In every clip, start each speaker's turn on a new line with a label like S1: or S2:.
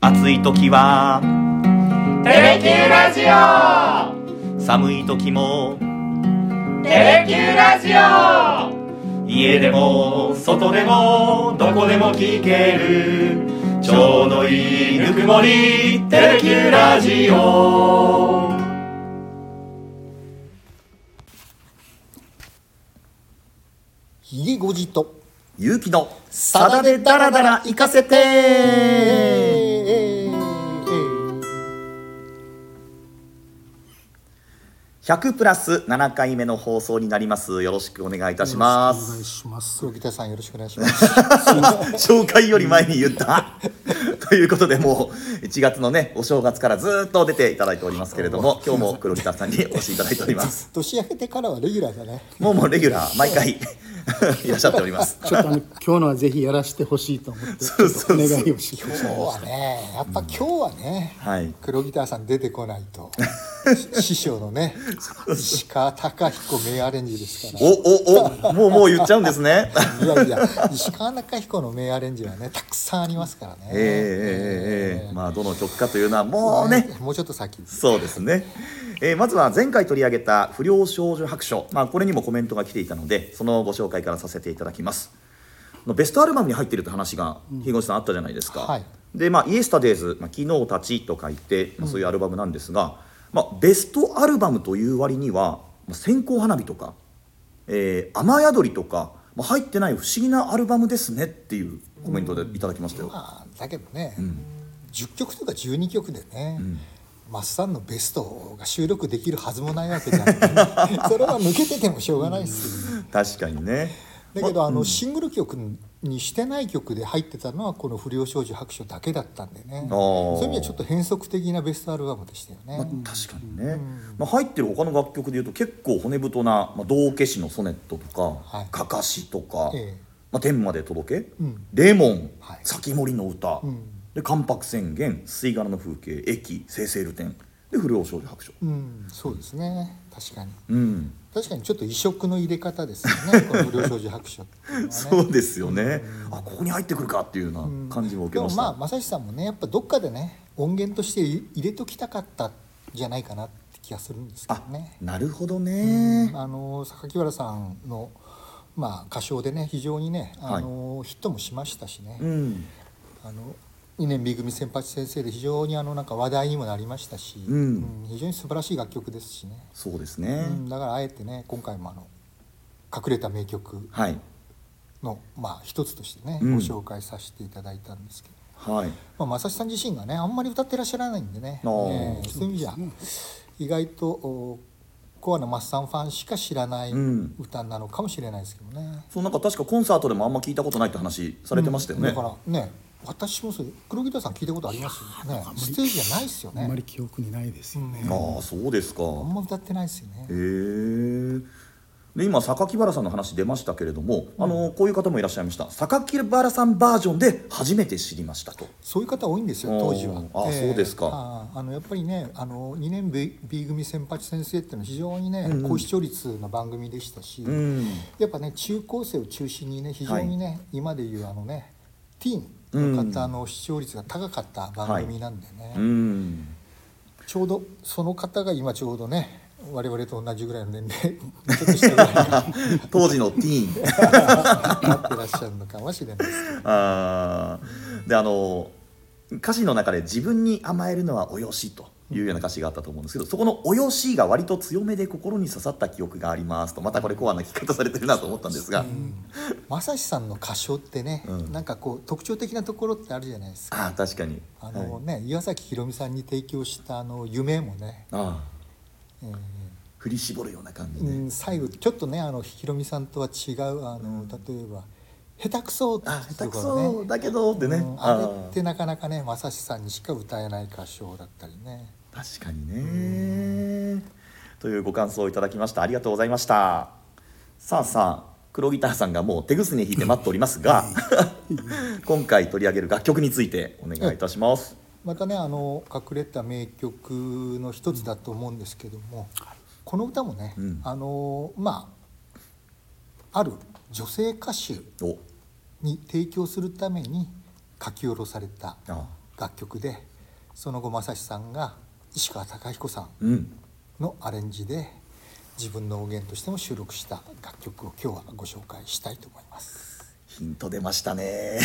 S1: 暑い時は
S2: テレキューラジオ
S1: 寒い時も
S2: テレキューラジオ
S1: 家でも外でもどこでも聞けるちょうどいいぬくもりテレキューラジオ
S3: ひげごじと
S1: 勇気の
S3: さだでダラダラ行かせて
S1: 100プラス7回目の放送になりますよろしくお願いいたしま
S3: お願
S1: す
S3: いします黒木田さんよろしくお願いします
S1: 紹介より前に言った ということでもう1月のねお正月からずっと出ていただいておりますけれども今日も黒木田さんにお越しいただいております
S3: 年明けてからはレギュラーだね
S1: もうもうレギュラー毎回 いらっしゃっております
S4: ちょっとあの今日のはぜひやらせてほしいと思ってちょっとお願いをし
S3: 今日はねやっぱ今日はね、
S1: はい
S3: 黒ギターさん出てこない と師匠のね石川貴彦名アレンジですから
S1: おおおもうもう言っちゃうんです ね
S3: いやいや石川貴彦の名アレンジはねたくさんありますからね、
S1: ええええええまあどの曲かというのはもうね
S3: もうちょっと先です
S1: そうですね、えーまずは前回取り上げた不良少女白書、まあ、これにもコメントが来ていたのでそのご紹介からさせていただきますあのベストアルバムに入っているって話が樋口さんあったじゃないですか、
S3: はい
S1: で、まあ、イエスタデイズ、まあ、昨日たちと書いて、まあ、そういうアルバムなんですが、まあ、ベストアルバムという割には、まあ、線香花火とか、えー雨宿りとか、まあ、入ってない不思議なアルバムですねっていうコメントでいただきましたよ、
S3: まあだけどね、10曲とか12曲でね、マスさんのベストが収録できるはずもないわけ じゃないそれは抜けててもしょうがないですよ
S1: 確かにね
S3: だけどあのシングル曲にしてない曲で入ってたのはこの「不良少女白書」だけだったんでね
S1: あー
S3: そういう意味ではちょっと変則的なベストアルバムでしたよね、
S1: まあ、確かにね、まあ、入ってる他の楽曲でいうと結構骨太な「まあ、道化師のソネット」と
S3: は
S1: か
S3: い
S1: 「かかし」とか
S3: ええ
S1: 「まあ、天まで届け」
S3: うん
S1: レモン」
S3: はい
S1: 先森の歌」で「関白宣言」「吸い殻の風景」「駅」「生セール展」で「不良少女白書」
S3: うんそうですね確かに
S1: うん、
S3: 確かにちょっと異色の入れ方ですよ ねこの「不良少女白書」っていうのはね
S1: そうですよね、あここに入ってくるかっていうような感じも受け
S3: で
S1: ま
S3: も
S1: した、
S3: まあ正志さんもねやっぱどっかでね音源として入入れときたかったんじゃないかなって気がするんですけどね。
S1: なるほどね、
S3: あの榊原さんのまあ歌唱でね非常にねあの、ヒットもしましたしね、
S1: うん
S3: あの2年 B 組先発先生で非常にあのなんか話題にもなりましたし、
S1: うん
S3: うん非常に素晴らしい楽曲ですしね、
S1: そうですね、
S3: うんだからあえてね今回もあの隠れた名曲
S1: はい
S3: のまあ一つとしてね、
S1: うん
S3: ご紹介させていただいたんですけど。
S1: はい
S3: まあ、正志さん自身がねあんまり歌ってらっしゃらないんでね、
S1: あ
S3: え
S1: ー
S3: えそういう意味じゃ、意外とおコアなマッサンファンしか知らない
S1: うん
S3: 歌なのかもしれないですけどね,、
S1: そうなんか確かコンサートでもあんま聞いたことないって話されてましたよね、
S3: だからね私もそう黒木田さん聞いたことありますよねステージじゃないですよ
S4: あんま
S3: ね
S4: り記憶にないですよね、
S1: ああそうですか
S3: あんま歌ってないですよね
S1: へえで今榊原さんの話出ましたけれども、あのこういう方もいらっしゃいました榊原さんバージョンで初めて知りましたと
S3: そういう方多いんですよ当時は
S1: あーあーそうですか
S3: あーあのやっぱりねあの2年 B, B 組先発先生っていうのは非常にね、高視聴率の番組でしたし、
S1: ん
S3: やっぱね中高生を中心にね非常にね、今でいうあのねティーンの方の視聴率が高かった番組なんでね、
S1: うん
S3: ちょうどその方が今ちょうどね我々と同じぐらいの年齢ちょっと下ぐらいに
S1: 当時のティーン
S3: なってらっしゃるのかもしれないですけど
S1: あーであの歌詞の中で自分に甘えるのはおよしというような歌詞があったと思うんですけどそこの「およし」が割と強めで心に刺さった記憶がありますとまたこれコアな聞き方されてるなと思ったんですが、
S3: 正志さんの歌唱ってね、
S1: うん
S3: なんかこう特徴的なところってあるじゃないですか。
S1: ああ確かに
S3: あ
S1: は
S3: の
S1: い
S3: ね、岩崎宏美さんに提供したあの夢もね、
S1: ああ
S3: えー
S1: 振り絞るような感じ
S3: う
S1: で、
S3: ん、最後ちょっとねあの宏美さんとは違うあの、例えば「下手くそ」って
S1: あ
S3: いう
S1: 下手
S3: と
S1: く
S3: こ
S1: そ
S3: ろ
S1: だけどってね、
S3: ね、うんあれ
S1: あ
S3: ってなかなかね正志さんにしか歌えない歌唱だったりね
S1: 確かにね、というご感想をいただきましたありがとうございましたさあさあ黒ギターさんがもう手ぐすね引いて待っております が今回取り上げる楽曲についてお願いいたします、
S3: またねあの隠れた名曲の一つだと思うんですけども、この歌もね、
S1: うん
S3: あのまあある女性歌手
S1: お
S3: に提供するために書き下ろされた
S1: あ
S3: 楽曲でその後正志さんが石川貴彦さん
S1: うん
S3: のアレンジで自分の音源としても収録した楽曲を今日はご紹介したいと思います。
S1: ヒント出ましたね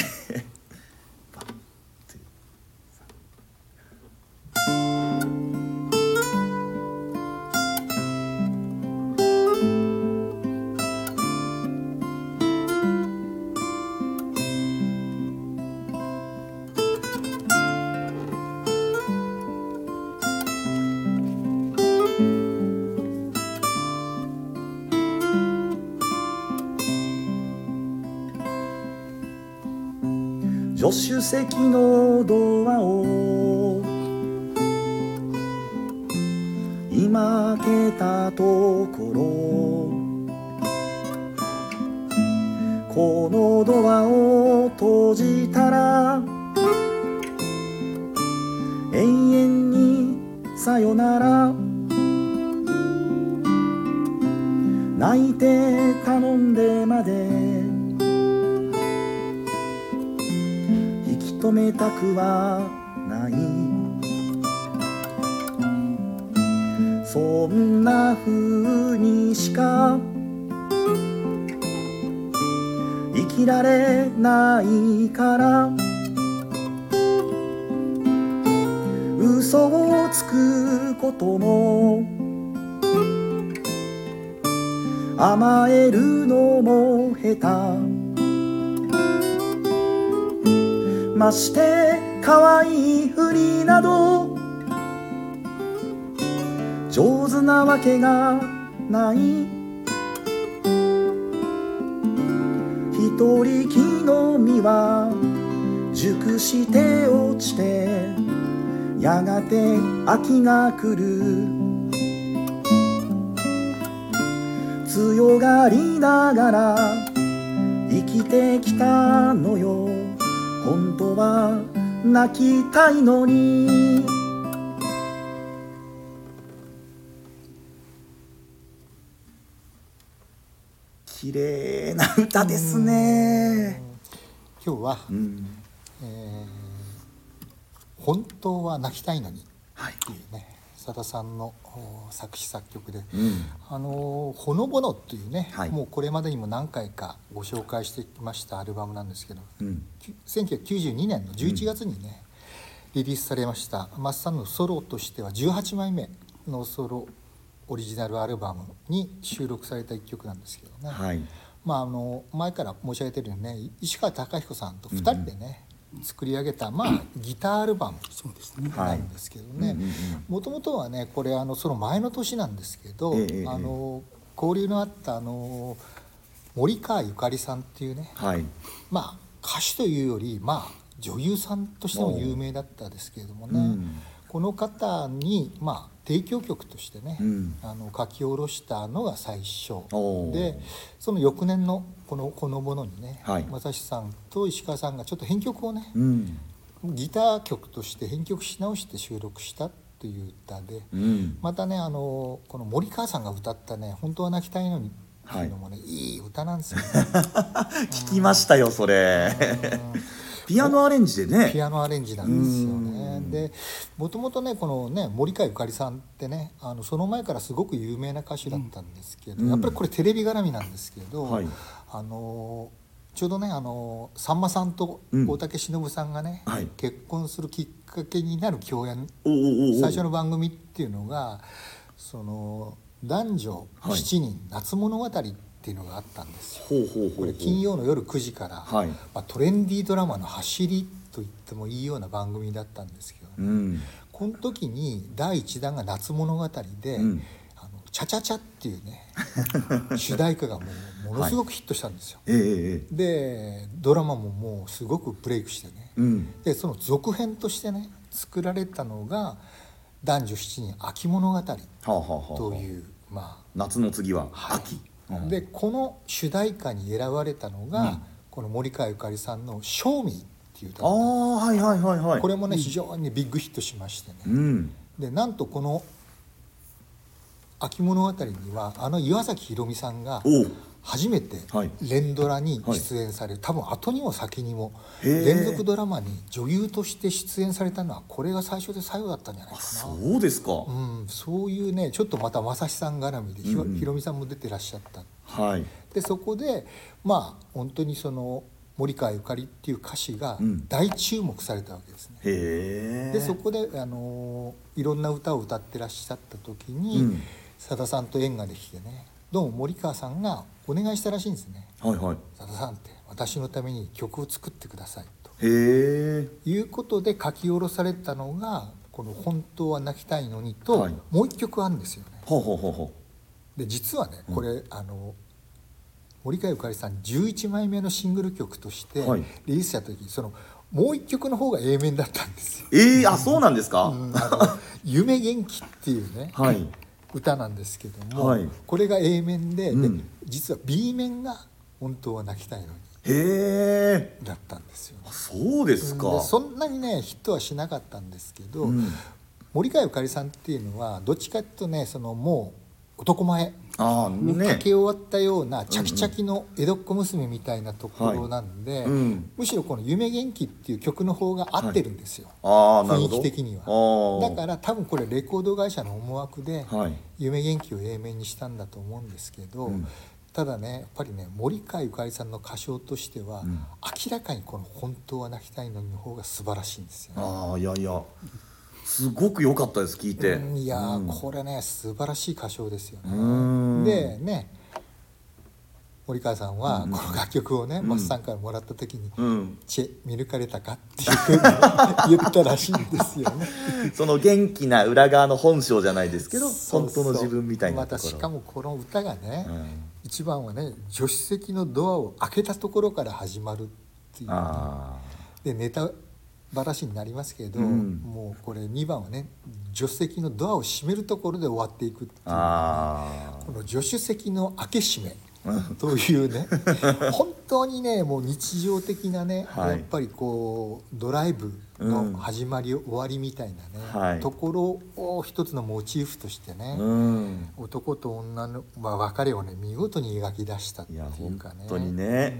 S1: 助手席のドアを今開けたところこのドアを閉じたら永遠にさよなら泣いて頼んでまで引き止めたくはないそんな風にしか生きられないから嘘をつくことも甘えるのも下手まして可愛いふりなど上手なわけがない一人木の実は熟して落ちてやがて秋が来る強がりながら生きてきたのよ本当は泣きたいのに綺麗な歌ですね
S3: 今日は、
S1: うん
S3: えー本当は泣きたいのに」
S1: はい
S3: っていうねさださんのお作詞作曲で、
S1: ん
S3: あのーほのぼの」っていうね、
S1: はい
S3: もうこれまでにも何回かご紹介してきましたアルバムなんですけど、
S1: うん
S3: き1992年の11月にね、リリースされましたマスさんのソロとしては18枚目のソロオリジナルアルバムに収録された一曲なんですけどね。
S1: はい
S3: まあ、あの前から申し上げてるようにね石川貴彦さんと2人でね、作り上げた、まあ、ギターアルバム
S4: そうですね
S1: はい
S3: なんですけどねもともとはねこれあのその前の年なんですけど、
S1: ええええ
S3: あの交流のあったあの森川ゆかりさんっていうね、
S1: はい
S3: まあ歌手というよりまあ女優さんとしても有名だったですけれどもね、
S1: うん
S3: この方にまあ提供曲としてね、
S1: うん
S3: あの書き下ろしたのが最初
S1: おー
S3: でその翌年のこの「このもの」にね、
S1: はい
S3: 正志さんと石川さんがちょっと編曲をね、
S1: うん
S3: ギター曲として編曲し直して収録したという歌で、
S1: うん
S3: またねあのこの森川さんが歌ったね「本当は泣きたいのに」っていうのもね、い、い歌なんですよね。
S1: 聞きましたよそ れピアノアレンジで
S3: ピ
S1: ね
S3: アノアレンジなんですよね。でもともとねこのね森川ゆかりさんってねあのその前からすごく有名な歌手だったんですけど、
S1: うん
S3: やっぱりこれテレビ絡みなんですけど、
S1: はい
S3: あのちょうどねあのさんまさんと
S1: うん
S3: 大竹しのぶさんがね、
S1: はい
S3: 結婚するきっかけになる共演
S1: おおおお
S3: 最初の番組っていうのがその男女
S1: はい
S3: 7人、夏物語っていうのがあったんですよ。
S1: ほうほうほうほう
S3: これ金曜の夜9時から、
S1: はい
S3: まあ、トレンディードラマの走りと言ってもいいような番組だったんですけど、
S1: うん
S3: この時に第1弾が「夏物語で」
S1: うん
S3: あのチャチャチャ」っていうね 主題歌がもうものすごくヒットしたんですよ。
S1: ええええ
S3: でドラマももうすごくブレイクしてね、
S1: うん
S3: でその続編としてね作られたのが「男女7人秋物語」
S1: はあはあはあ
S3: というまあ
S1: 夏の次は秋、うん
S3: でこの主題歌に選ばれたのが、この森川ゆかりさんの「賞味」っていう歌
S1: ああ
S3: こ
S1: はいはいはいはい
S3: れもね、非常にビッグヒットしましてね、
S1: うん
S3: でなんとこの「秋物語」にはあの岩崎宏美さんが
S1: おう
S3: 初めて
S1: はい
S3: 連ドラに出演される、多分後にも先にも
S1: へー
S3: 連続ドラマに女優として出演されたのはこれが最初で最後だったんじゃないかな。
S1: そうですか、
S3: うん、そういうねちょっとまた正志さん絡みでひろ,、
S1: うんうん
S3: ひろみさんも出てらっしゃった
S1: はい
S3: でそこでまあ本当にその森川ゆかりっていう歌詞が
S1: うん
S3: 大注目されたわけですね。
S1: へえ
S3: でそこで、あのーいろんな歌を歌ってらっしゃった時に、
S1: うん
S3: さださんと縁ができてねどうも森川さんがお願いしたらしいんですね
S1: はいはい
S3: 「さださんって私のために曲を作ってください」と
S1: へえ
S3: いうことで書き下ろされたのがこの「本当は泣きたいのにと」
S1: はい
S3: もう一曲あるんですよね。
S1: ほうほうほうほ
S3: で実はねこれ、あの森川ゆかりさん11枚目のシングル曲として
S1: はい
S3: リリースした時、そのもう一曲の方が A 面だったん ですよ。
S1: うええあそうなんですか、
S3: うんあの夢元気っていうね、
S1: はい
S3: 歌なんですけども、
S1: はい
S3: これが A 面で,で、
S1: うん
S3: 実は B 面が「本当は泣きたいのに
S1: へえ」
S3: だったんですよね、
S1: そうですか、
S3: でそんなにねヒットはしなかったんですけど、
S1: うん
S3: 森川ゆかりさんっていうのはどっちかっていうとねそのもう男前
S1: ああ
S3: に
S1: ね
S3: 駆け終わったようなチャキチャキの江戸っ子娘みたいなところなんで、
S1: いうん
S3: むしろこの「夢元気」っていう曲の方が合ってるんですよ、
S1: ああなるほ
S3: 雰
S1: ど
S3: 囲気的に
S1: あ
S3: は
S1: ー
S3: だから多分これレコード会社の思惑で
S1: はい
S3: 夢元気を A 面にしたんだと思うんですけど、
S1: うん
S3: ただねやっぱりね森川ゆかりさんの歌唱としては、
S1: ん
S3: 明らかにこの「本当は泣きたいのに」の方が素晴らしいんですよね。
S1: ああいやいやすごく良かったです聞いて、
S3: うんいやー、
S1: うん
S3: これね素晴らしい歌唱ですよね。
S1: うん
S3: でね森川さんはこの楽曲をね、マスさんからもらった時に「
S1: うん
S3: チェ見抜かれたか?」っていうふうに言ったらしいんですよ ね。
S1: その元気な裏側の本性じゃないですけど
S3: そうそ
S1: 本当
S3: う
S1: の自分みたいなところ
S3: またしかもこの歌がね、
S1: うん
S3: 一番はね助手席のドアを開けたところから始まるっていう
S1: あ
S3: でネタばらしになりますけど、
S1: うん
S3: もうこれ2番はね助手席のドアを閉めるところで終わっていくっていう
S1: ああ
S3: この助手席の開け閉めという ね本当にねもう日常的なね、
S1: はい
S3: やっぱりこうドライブの始まり、終わりみたいなね、
S1: はい
S3: ところを一つのモチーフとしてね、
S1: ーうん
S3: 男と女の、まあ、別れをね見事に描き出したって
S1: い
S3: い
S1: や
S3: う
S1: 本
S3: かね
S1: 当にね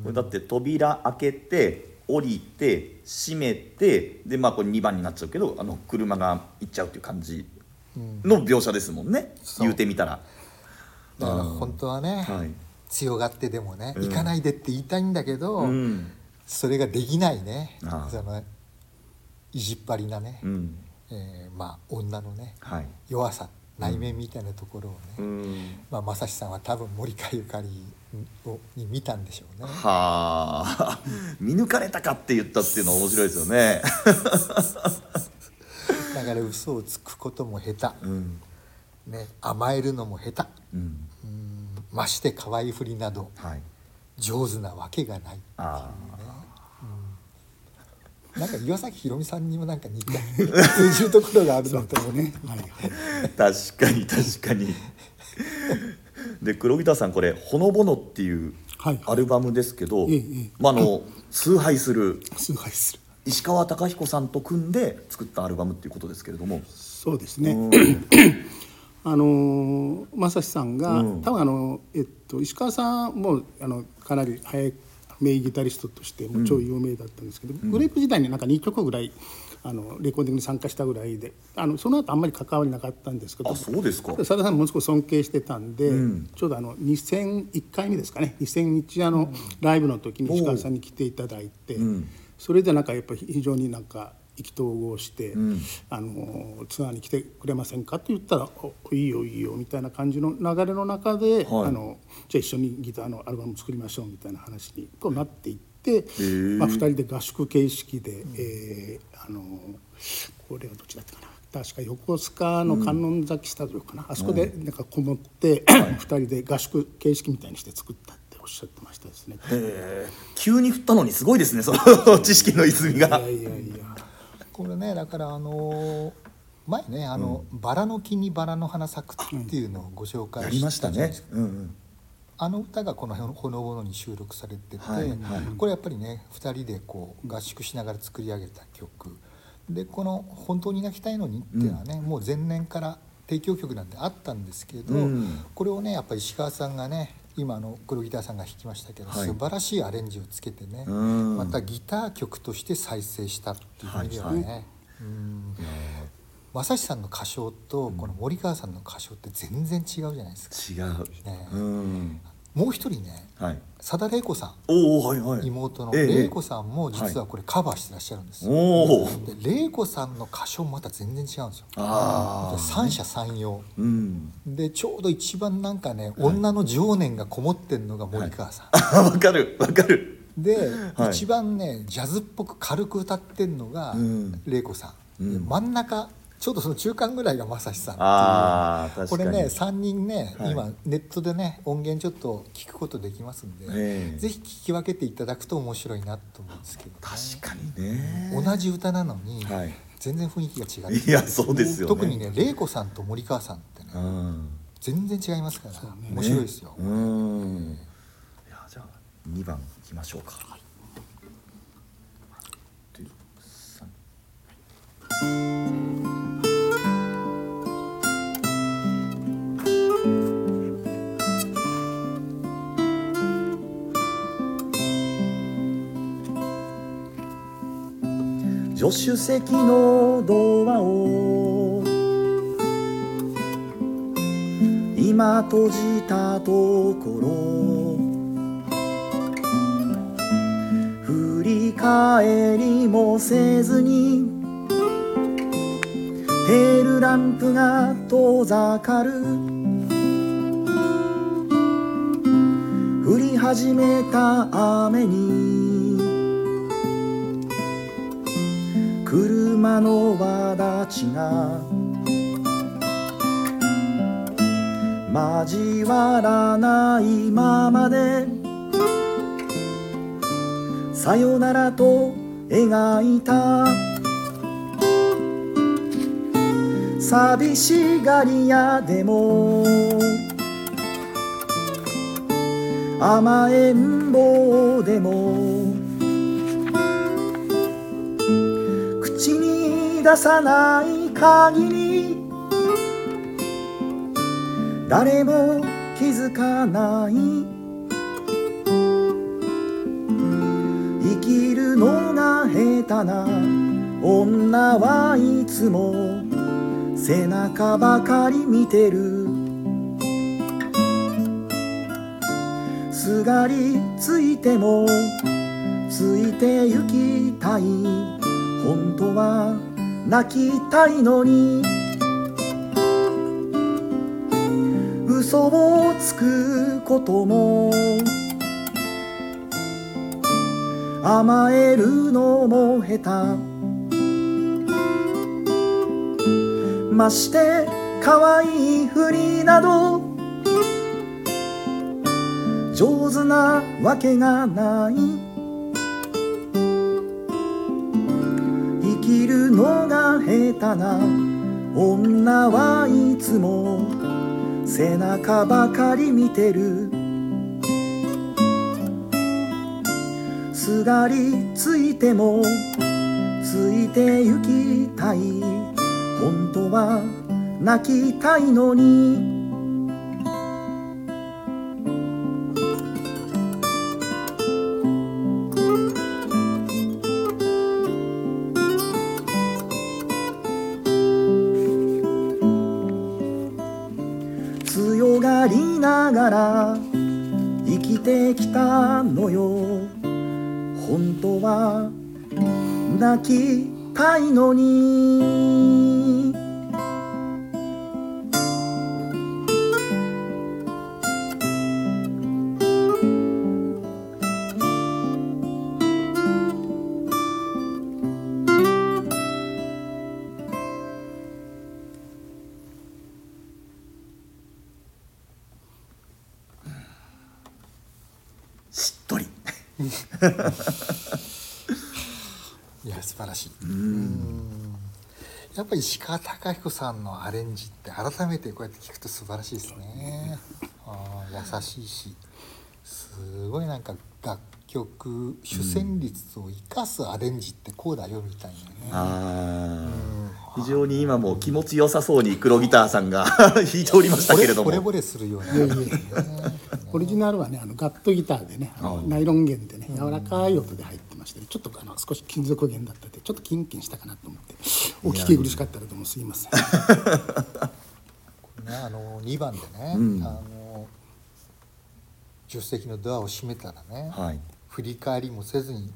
S3: うん
S1: これだって扉開けて降りて閉めてでまあこれ2番になっちゃうけどあの車が行っちゃうっていう感じ
S3: うん
S1: の描写ですもんね、
S3: そう
S1: 言うてみたら
S3: だから本当はね、
S1: はい
S3: 強がってでもね、
S1: うん
S3: 行かないでって言いたいんだけど、
S1: うん
S3: それができないね
S1: ああ
S3: その意地っ張りなね、
S1: うん
S3: えーまあ女のね
S1: はい
S3: 弱さ内面みたいなところをね、
S1: うん
S3: まあ、正志さんは多分森川ゆかりをに見たんでしょうね。
S1: はあ 見抜かれたかって言ったっていうのは面白いですよね
S3: だから嘘をつくことも下手、
S1: うん
S3: ね、甘えるのも下手
S1: うん
S3: うんまして可愛いふりなど
S1: はい
S3: 上手なわけがない。
S1: ああ
S3: なんか岩崎宏美さんにもなんか似た 通じるところがあるのと思うね。
S4: はいはい
S1: 確かに確かにで黒木田さんこれ「ほのぼの」っていう
S4: はい
S1: アルバムですけど、
S4: ええええ
S1: まあ、あの崇拝する
S4: 崇拝する
S1: 石川貴彦さんと組んで作ったアルバムっていうことですけれども
S4: そうですね、 あのー正志さんが、
S1: うん
S4: 多分あの、えっと、石川さんもあのかなり早い名ギタリストとしてもう超有名だったんですけど、グレープ時代になんか2曲ぐらいあのレコーディングに参加したぐらいであのその後あんまり関わりなかったんですけど
S1: あそうですか
S4: たださださんものすごい尊敬してたんで、
S1: ん
S4: ちょうどあの2001回目ですかね2001あのライブの時に石川さんに来ていただいて、
S1: ん
S4: それでなんかやっぱり非常になんか意気投合して、
S1: ん
S4: あのツアーに来てくれませんかって言ったら「おいいよいいよ」みたいな感じの流れの中
S1: は
S4: で、
S1: い
S4: あのじゃあ一緒にギターのアルバム作りましょうみたいな話にこうなっていって、
S1: ー
S4: まあ、2人で合宿形式で、えーあのこれはどっちだったかな確か横須賀の観音崎スタジオかな、あそこでなんかこもって、2人で合宿形式みたいにして作ったっておっしゃってましたですね。
S1: 急に振ったのにすごいですねその知識の泉が
S4: いやいやいや
S3: これねだからあのー前ねあの、バラの木にバラの花咲く」っていうのをご紹
S1: や
S3: 介
S1: りま
S3: し
S1: した
S3: たじゃない
S1: ね
S3: ですか。
S1: うんうん
S3: あの歌がこの「ほのぼの」に収録されてて、
S1: はいはい
S3: これやっぱりね2人でこう合宿しながら作り上げた曲でこの「本当に泣きたいのに」っていうのはね、もう前年から提供曲なんてあったんですけど、
S1: うん
S3: これをねやっぱり石川さんがね今あの黒ギターさんが弾きましたけど、
S1: はい
S3: 素晴らしいアレンジをつけてね
S1: うん
S3: またギター曲として再生したっていう意味ではね、うん正志さんの歌唱とこの森川さんの歌唱って全然違うじゃないですか、
S1: 違う、
S3: ね
S1: うん
S3: もう一人ね
S1: はい
S3: 佐田玲子さん
S1: おおはいはい
S3: 妹の
S1: ええ
S3: 玲子さんも実はこれカバーしてらっしゃるんですよ、
S1: おー
S3: で玲子さんの歌唱もまた全然違うんですよ
S1: あー
S3: 三者三様
S1: うん
S3: でちょうど一番なんかね女の情念がこもってんのが森川さん、
S1: あわかるわかる
S3: で、
S1: はい
S3: 一番ねジャズっぽく軽く歌ってんのが
S1: うん
S3: 玲子さん、
S1: うん
S3: で真ん中ちょうどその中間ぐらいが正志さんっていう
S1: ああ確
S3: こ
S1: か
S3: れ
S1: に
S3: ね3人ね、
S1: はい
S3: 今ネットでね音源ちょっと聞くことできますんで、
S1: ええ
S3: ぜひ聞き分けていただくと面白いなと思うんですけどね、
S1: 確かにね
S3: 同じ歌なのに、
S1: はい
S3: 全然雰囲気が違って
S1: いやそうですよね
S3: 特にね玲子さんと森川さんってね
S1: うん
S3: 全然違いますから、面白いですよ、
S1: うんいやじゃあ2番いきましょうか、はい助手席のドアを今閉じたところ振り返りもせずにテールランプが遠ざかる降り始めた雨に車の輪立ちが交わらないままでさよならと描いた寂しがり屋でも甘えん坊でも口に出さない限り誰も気づかない生きるのが下手な女はいつも背中ばかり見てるすがりついてもついて行きたい本当は泣きたいのに嘘をつくことも甘えるのも下手まして可愛いふりなど上手なわけがない生きるのが下手な女はいつも背中ばかり見てるすがりついてもついて行きたい本当は泣きたいのに強がりながら生きてきたのよ本当は泣きたいのにしっとり
S3: いや素晴らしいうんやっぱり石川貴彦さんのアレンジって改めてこうやって聞くと素晴らしいですねあー優しいしすごいなんか楽曲主旋律を生かすアレンジってこうだよみたいなね
S1: あー非常に今も気持ちよさそうに黒ギターさんが 弾いておりました
S3: 惚
S1: け
S3: れ
S1: れど
S3: 惚れ
S1: も
S3: 惚れするようなアレンジねね
S4: オリジナルはねあのガットギターでねあのナイロン弦でね柔らかい音で入ってまして、ね、ちょっとあの少し金属弦だったってちょっとキンキンしたかなと思ってお聞き苦しかったらどうもすいません。
S3: ね、あの2番でね、あの助手席のドアを閉めたらね、
S1: はい
S3: 振り返りもせずに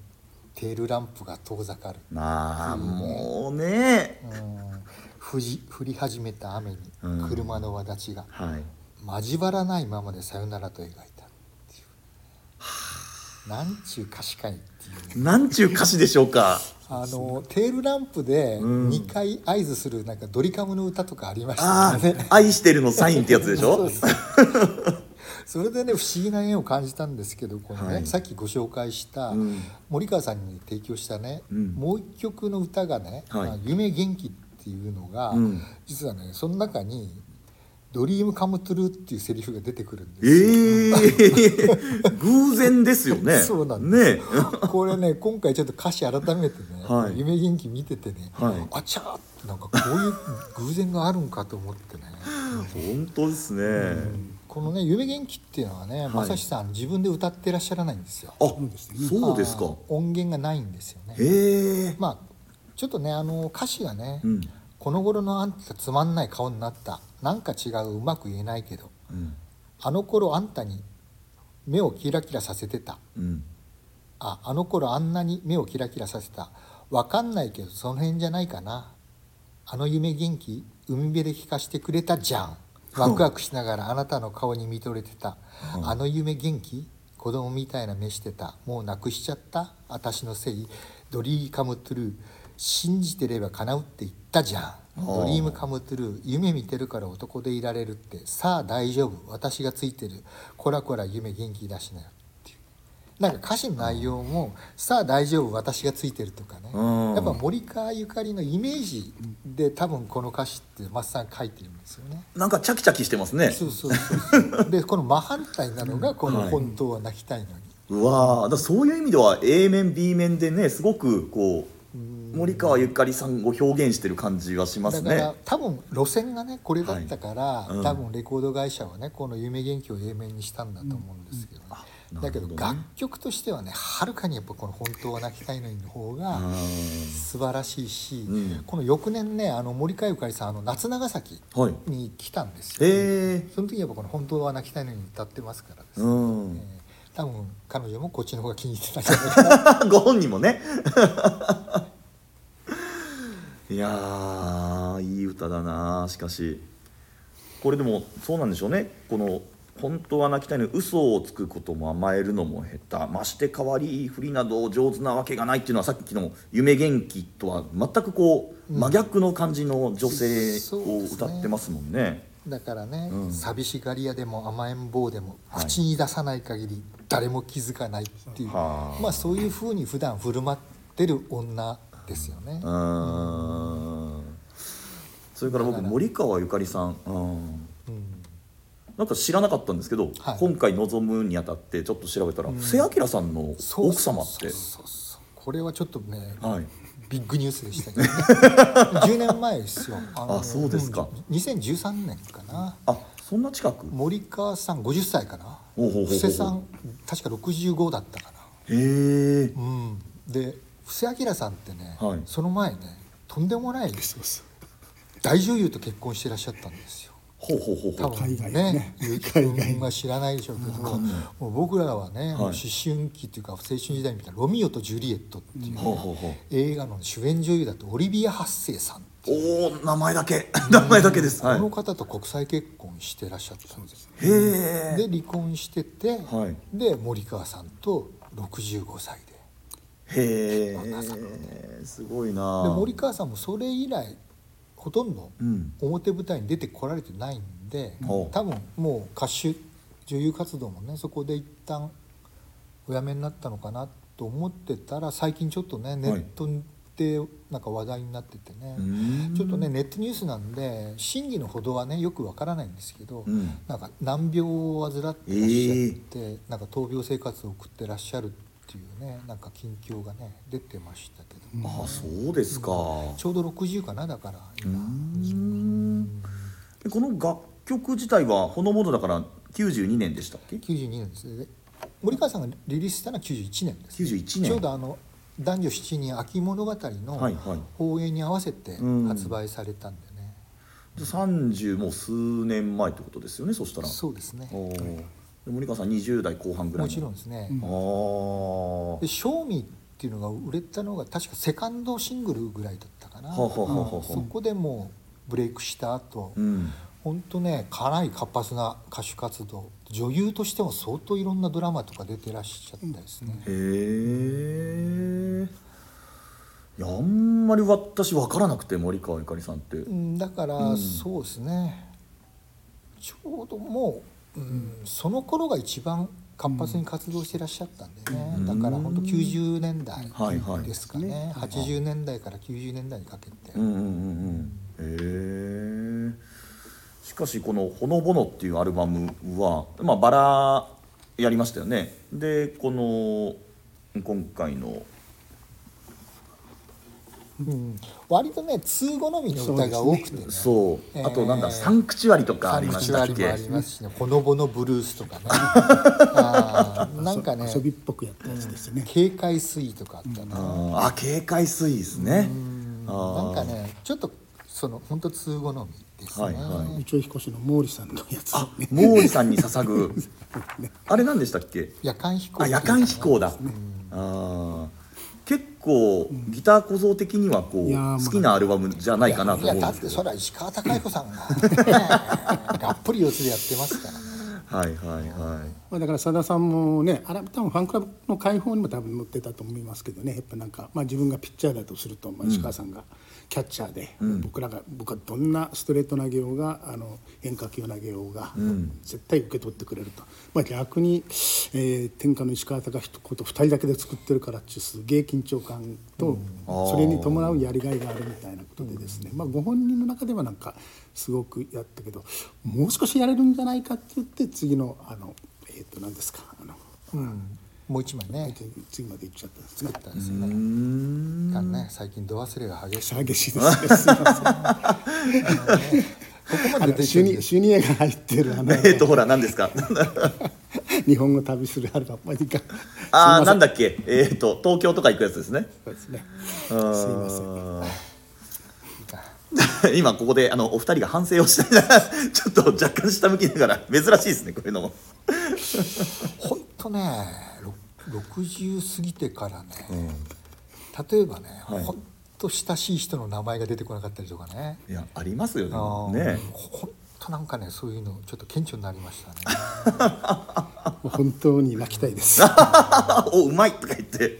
S3: テールランプが遠ざかる、
S1: まあもうね、
S3: うん、降り降り始めた雨に
S1: うん
S3: 車の輪立ちが、
S1: はい
S3: 交わらないままでさよならと描いたっていう、なんちゅう歌詞かいっていう
S1: なんちゅう歌詞でしょうか
S3: あのテールランプで2回合図するなんかドリカムの歌とかありました
S1: あ
S3: よね、
S1: あ愛してるのサインってやつでしょ
S3: それでね不思議な縁を感じたんですけどこの、ね
S1: はい
S3: さっきご紹介した、
S1: ん
S3: 森川さんに提供したね、
S1: ん
S3: もう一曲の歌がね「
S1: はい
S3: まあ夢元気」っていうのが、
S1: うん
S3: 実はねその中に「ドリームカムトゥルー」っていうセリフが出てくるんです
S1: ええ
S3: よ。
S1: 偶然ですよね
S3: そうなんです
S1: ね
S3: これね今回ちょっと歌詞改めてね「
S1: はい
S3: 夢元気」見ててね、
S1: はい
S3: あちゃーってなんかこういう偶然があるんかと思ってね。
S1: 本当ですね、
S3: このね「夢元気」っていうのはね
S1: はい
S3: 正志さん自分で歌ってらっしゃらないんですよ。
S1: あそうですか
S3: あー音源がないんですよね。
S1: へえ
S3: まあちょっとねあの歌詞がね、
S1: うん
S3: この頃のあんたつまんない顔になったなんか違ううまく言えないけど
S1: うん
S3: あの頃あんたに目をキラキラさせてた
S1: うん
S3: ああの頃あんなに目をキラキラさせたわかんないけどその辺じゃないかなあの夢元気海辺で聞かせてくれたじゃんワクワクしながらあなたの顔に見とれてた、あの夢元気子供みたいな目してたもうなくしちゃった私のせいドリーカムトゥルー信じてれば叶うって言ったじゃんドリームカムトゥルー夢見てるから男でいられるってさあ大丈夫私がついてるこらこら夢元気出しなよっていうなんか歌詞の内容も「さあ大丈夫私がついてる」とかね
S1: うん
S3: やっぱ森川ゆかりのイメージで多分この歌詞って松さん書いてるんですよね。
S1: なんかチャキチャキしてますね
S3: そうそうそうそうでこの真反対なのがこの「本当は泣きたいのに」
S1: うわーだからそういう意味では A 面 B 面でねすごくこう森川ゆかりさんを表現してる感じはします
S3: だか
S1: ね
S3: ら多分路線がねこれだったから、
S1: いうん
S3: 多分レコード会社はねこの「夢元気」を A 面にしたんだと思うんですけどね、
S1: うんあ
S3: だけど
S1: なるほどね
S3: 楽曲としてはねはるかにやっぱこの「本当は泣きたいのに」の方が
S1: うん
S3: 素晴らしいし、
S1: うん
S3: この翌年ねあの森川ゆかりさんあの夏長崎
S1: はい
S3: に来たんですよ、
S1: へえ
S3: その時やっぱこの「本当は泣きたいのに」歌ってますからです、
S1: うん
S3: ね多分彼女もこっちの方が気に入ってたんじゃないかな
S1: ご本人もねいやーいい歌だなしかしこれでもそうなんでしょうねこの「本当は泣きたいのに嘘をつくことも甘えるのも下手まして代わりふりなど上手なわけがない」っていうのはさっきの「夢元気」とは全くこう真逆の感じの女性を歌ってますもんね。
S3: だからね、
S1: うん
S3: 寂しがり屋でも甘えん坊でも
S1: はい
S3: 口に出さない限り誰も気づかないっていう、
S1: はあ
S3: まあそういうふうに普段振る舞ってる女ですよね、
S1: うーんそれから僕
S3: だから
S1: 森川ゆかりさん、うん、
S3: うん
S1: なんか知らなかったんですけど、
S3: はい
S1: 今回臨むにあたってちょっと調べたら、布施明さんの
S3: そう
S1: 奥様って
S3: そうそうそうこれはちょっとね、
S1: はい
S3: ビッグニュースでしたけどね 10年前ですよあ
S1: あそうですか
S3: ん2013年かな
S1: あそんな近く
S3: 森川さん50歳かな
S1: おうほうほうほう
S3: 布施さん確か65だったか
S1: へえ
S3: なうんで布施明さんってね、
S1: はい
S3: その前ねとんでもない
S4: そうそう
S3: 大女優と結婚してらっしゃったんですよ
S1: ほうほうほうほ
S3: 多
S1: う
S3: 分
S4: 海外
S3: ね
S4: ね
S3: 結城君は知らないでしょうけどもう僕らはね、もう思春期っていうか青春時代みたいな「ロミオとジュリエット」っていう
S1: ほうほうほう
S3: 映画の主演女優だとオリビア・ハッセイさん
S1: おお名前だけ 名前だけです、はい
S3: この方と国際結婚してらっしゃったんです
S1: へえ
S3: で離婚してて、
S1: はい
S3: で森川さんと65歳で
S1: へえすごいな
S3: で森川さんもそれ以来ほとんど
S1: うん
S3: 表舞台に出てこられてないんで、
S1: ほう
S3: 多分もう歌手女優活動もねそこで一旦お辞めになったのかなと思ってたら最近ちょっとねネットでなんか話題になっててね、
S1: うん
S3: ちょっとねネットニュースなんで真偽のほどはねよくわからないんですけど、
S1: うん
S3: なんか難病を患ってらっしゃって、なんか闘病生活を送ってらっしゃるっていうねなんか近況がね出てましたけど、
S1: あそうですか、
S3: ちょうど60かなだから今
S1: うーんこの楽曲自体はほのぼのだから92年でしたっけ
S3: 92年ですねで森川さんがリリースしたのは91年です、ね、
S1: 91年
S3: ちょうどあの男女7人秋物語
S1: はい
S3: の
S1: はい
S3: 放映に合わせて
S1: うん
S3: 発売されたんでね、
S1: 30もう数年前ってことですよねそしたら
S3: そうですね
S1: おーで森川さん20代後半ぐらいの
S3: もちろんです
S1: あ
S3: ね、で
S1: ー
S3: 「賞味」っていうのが売れたのが確かセカンドシングルぐらいだったかな、
S1: はあはあはあはあ
S3: そこでもうブレイクした後、
S1: うん
S3: ほんとねかなり活発な歌手活動女優としても相当いろんなドラマとか出てらっしゃったですね、
S1: へえいやあんまり私分からなくて森川ゆかりさんって、
S3: うんだからそうですね、ちょうどもう、うん、その頃が一番活発に活動してらっしゃったんでね、
S1: うん
S3: だから本当90年代
S1: はいはい
S3: ですかね、80年代から90年代にかけて、
S1: うんうんうんうんへえしかしこの「ほのぼの」っていうアルバムは、まあ、バラやりましたよねでこの今回の
S3: うん割とね通好みの歌が多くてね
S1: そう、
S3: えー
S1: あとなんだ「三口割」とかあ
S3: サ
S1: り
S3: ン
S1: ま
S3: ク
S1: し
S3: チ
S1: た
S3: ュア
S1: っ
S3: リ
S1: け
S3: もありますしね「ほのぼのブルース」とかねあーなんかね
S4: 遊びっぽくやったやつで
S3: 「
S4: すね、
S3: 警戒水」とかあったな、
S1: あーあ警戒水位ですねあー
S3: なんかねちょっとその本当通好みですね、
S1: はいは
S4: 宇宙飛行士の毛利さんのやつをね
S1: 毛利さんに捧ぐ あれ何でしたっけ
S3: 夜間飛行
S1: あ夜間飛行だ、あー結構ギター構造的にはこう、
S4: いやーまあ
S1: 好きなアルバムじゃないかなと
S3: い
S1: 思う
S3: や
S1: んで
S3: だっ
S1: す
S3: て
S1: けど
S3: それは石川貴彦さ んが、ね、がっぷり四つでやってますからね
S1: はいはいはい
S4: まあ、だからさださんもねあれ多分ファンクラブの開放にも多分載ってたと思いますけどねやっぱなんか、まあ、自分がピッチャーだとすると、まあ、石川さんがキャッチャーで、僕らが僕はどんなストレート投げようがあの変化球投げようが、絶対受け取ってくれると、まあ、逆に、えー天下の石川貴彦と2人だけで作ってるからっていうすげえ緊張感と、それに伴うやりがいがあるみたいなことでですね、まあ、ご本人の中ではなんかすごくやったけどもう少しやれるんじゃないかって言って次のあの。えっ、と何ですかあの
S3: もう一枚ね
S4: 次まで行っちゃったんですね。
S3: だったんですよねあのね最近度忘れが激しい
S4: 激しいですね。すいません
S3: ここ
S4: あ
S3: まで
S4: の
S3: 出
S4: 主
S3: てるん
S4: に
S3: です
S4: 主に絵が入ってるあの
S1: えー、とほら何 ですか
S4: 日本語旅するアルバムにか。
S1: ああなん
S4: だ。
S1: だっけえっ、と東京とか行くやつですね
S4: そうですね。す
S1: す
S4: いません。
S1: せん 今ここであのお二人が反省をしてちょっと若干下向きながら珍しいですねこういうのも
S3: ほんとねろ60過ぎてからね、例えばね、
S1: はい
S3: ほんと親しい人の名前が出てこなかったりとかね
S1: いやありますよ
S3: あー
S1: ねね
S3: ほんとなんかねそういうのちょっと顕著になりましたね
S4: もう本当に泣きたいです。
S1: あおうまいとか言って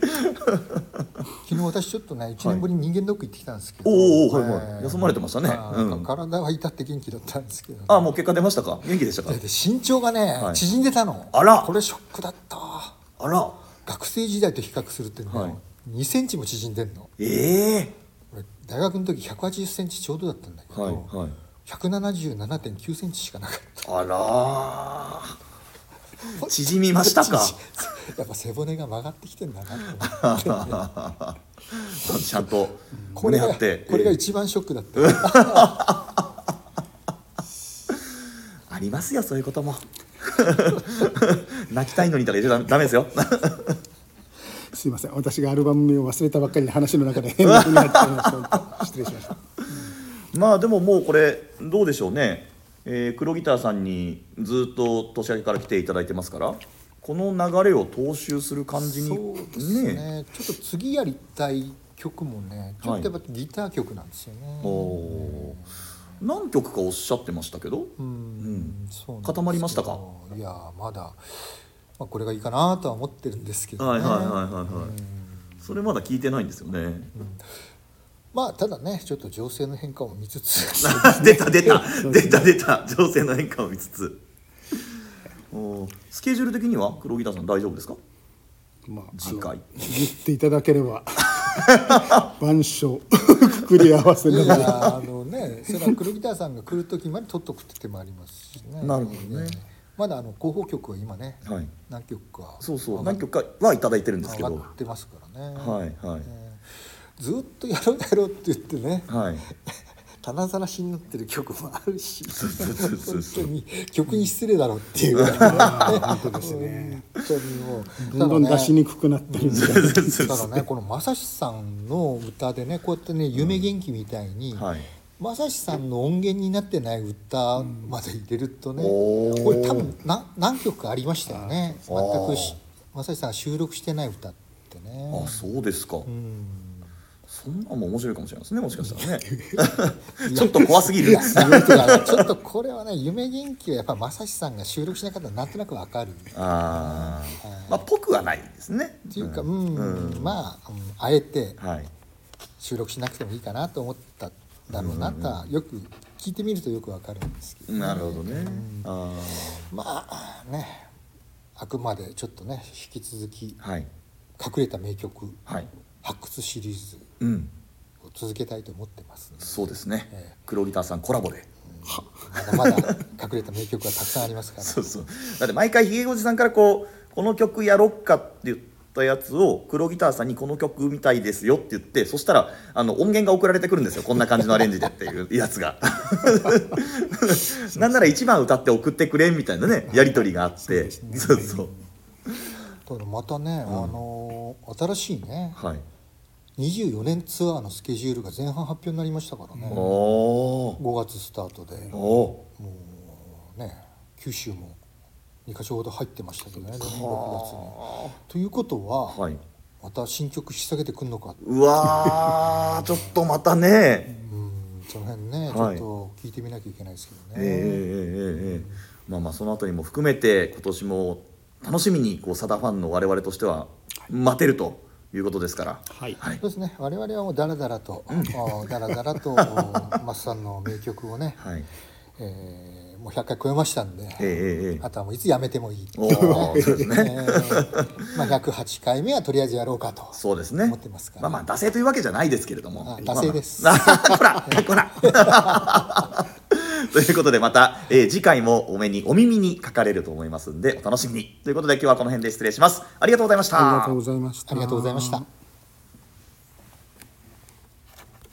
S3: 昨日私ちょっとね1年ぶりに人間ドック行ってきたんですけど、
S1: おうおうおうはいはい
S3: えー
S1: 休まれてましたね
S3: あ
S1: うん
S3: ー体は至って元気だったんですけど、
S1: あもう結果出ましたか元気でしたか
S3: でで身長がね、
S1: はい
S3: 縮んでたの
S1: あら
S3: これショックだったわ
S1: あら
S3: 学生時代と比較するってね、
S1: はい
S3: 2センチも縮んでんの
S1: ええ
S3: 俺大学の時1 8 0ンチちょうどだったんだけど、
S1: はいはい
S3: 177.9センチしかなかっ
S1: あらー
S3: た
S1: 縮みました か
S3: 縮やっぱ背骨が曲がってきてんだなと思って
S1: ちゃんと
S3: こ れ
S1: 胸張
S3: が
S1: って
S3: これが
S1: えー
S3: 一番ショックだった、
S1: ありますよそういうことも 泣きたいのにとか言っちゃダメですよ
S4: すいません。私がアルバム名を忘れたばっかりで話の中で変なことになっちゃいました。失礼しました。
S1: まあでももうこれどうでしょうね、えー黒ギターさんにずっと年明けから来ていただいてますからこの流れを踏襲する感じに
S3: そうですねちょっと次やりたい曲もねちょっとやっぱギター曲なんですよね、
S1: おー何曲かおっしゃってましたけど、
S3: うんそうなんですよ
S1: 固まりましたか
S3: いやまだ、まあ、これがいいかなとは思ってるんですけど、ね
S1: はいはいはいはいはい、それまだ聞いてないんですよね、
S3: まあただねちょっと情勢の変化を見つつ
S1: 出た出た出た出た情勢の変化を見つつおースケジュール的には黒ギターさん大丈夫ですか
S4: まああの
S1: 次回
S4: 言っていただければ万象くくり合わせ
S3: い
S4: ながら。
S3: やあのねそれは黒ギターさんが来る時まで取っとくって手もありますしね
S1: なるほどね
S3: まだあの広報局は今ね、
S1: はい
S3: 何曲か
S1: そうそう何曲かはいただいてるんですけ
S3: 上
S1: ど
S3: がってますからね、
S1: はいはい
S3: ずっとやろうやろうって言ってね、
S1: はい
S3: ただざらしになってる曲もあるし
S1: そうそうそうそう
S3: 本当に曲に失礼だろうっ ていうぐらい本
S4: 当ですね
S3: 当にもう
S4: どんどん出しに
S3: く
S4: くくなってるんで
S3: だからねこの正志さんの歌でねこうやってね夢元気みたいに、
S1: はい
S3: まさしさんの音源になってない歌まで入れるとね、
S1: おー
S3: これ多分な何曲かありましたよね
S1: あー
S3: 全くしまさしさんが収録してない歌ってね
S1: あそうですか、
S3: うん
S1: そんなんも面白いかもしれないですねもしかしたらね ちょっと怖すぎる
S3: すごいけどねちょっとこれはね夢元気はやっぱまさしさんが収録しなかったらなんとなくわかるっ
S1: あーまあぽくはないですね
S3: ていうかうん、まあ、うんあえて
S1: はい
S3: 収録しなくてもいいかなと思っただろうなとはよく聞いてみるとよくわかるんですけど
S1: なるほどね、あ
S3: まあねあくまでちょっとね引き続き
S1: あはい
S3: 隠れた名曲
S1: はい
S3: 発掘シリーズ
S1: うん
S3: を続けたいと思ってますので
S1: そうですね、
S3: え
S1: 黒ギターさんコラボで
S3: まだまだ隠れた名曲はたくさんありますか ら
S1: そうそうだって毎回ひげおじさんからこうこの曲やろっかって言ったやつを黒ギターさんにこの曲みたいですよって言ってそしたらあの音源が送られてくるんですよこんな感じのアレンジでって いうやつがなんなら1番歌って送ってくれみたいなねやり取りがあってそうそう
S3: だからまたね、あのー新しいね
S1: はい
S3: 24年ツアーのスケジュールが前半発表になりましたからね、
S1: おお
S3: 5月スタートで
S1: ーお
S3: ね九州も2か所ほど入ってましたけどね6月に。ということは、
S1: ーはい
S3: また新曲引っ提げてくんのか
S1: うわーちょっとまたね
S3: うんその辺ね、
S1: はい
S3: ちょっと聞いてみなきゃいけないですけど
S1: ええ
S3: ね、
S1: ええええええまあまあそのあたりも含めて今年も楽しみにこうサダファンの我々としては待てるということですから
S4: はい
S1: はい
S3: そうですね我々はもうだらだらと、おだらだらと おマスさんの名曲をね、
S1: はい
S3: えーもう100回超えましたんで、
S1: ええええええ
S3: あとはもういつやめてもいいってい
S1: お
S3: うね
S1: ーそうですね
S3: え ーまあ、108回目はとりあえずやろうかと
S1: そうです ね
S3: 思ってますから
S1: まあまあ惰性というわけじゃないですけれども
S3: あ惰性 です
S1: まあまあこらこら ということでまた、えー次回もお目にお耳にかかれると思いますんでお楽しみにということで今日はこの辺で失礼しますありがとうございました
S4: ありがとうございました
S3: ありがとうございました。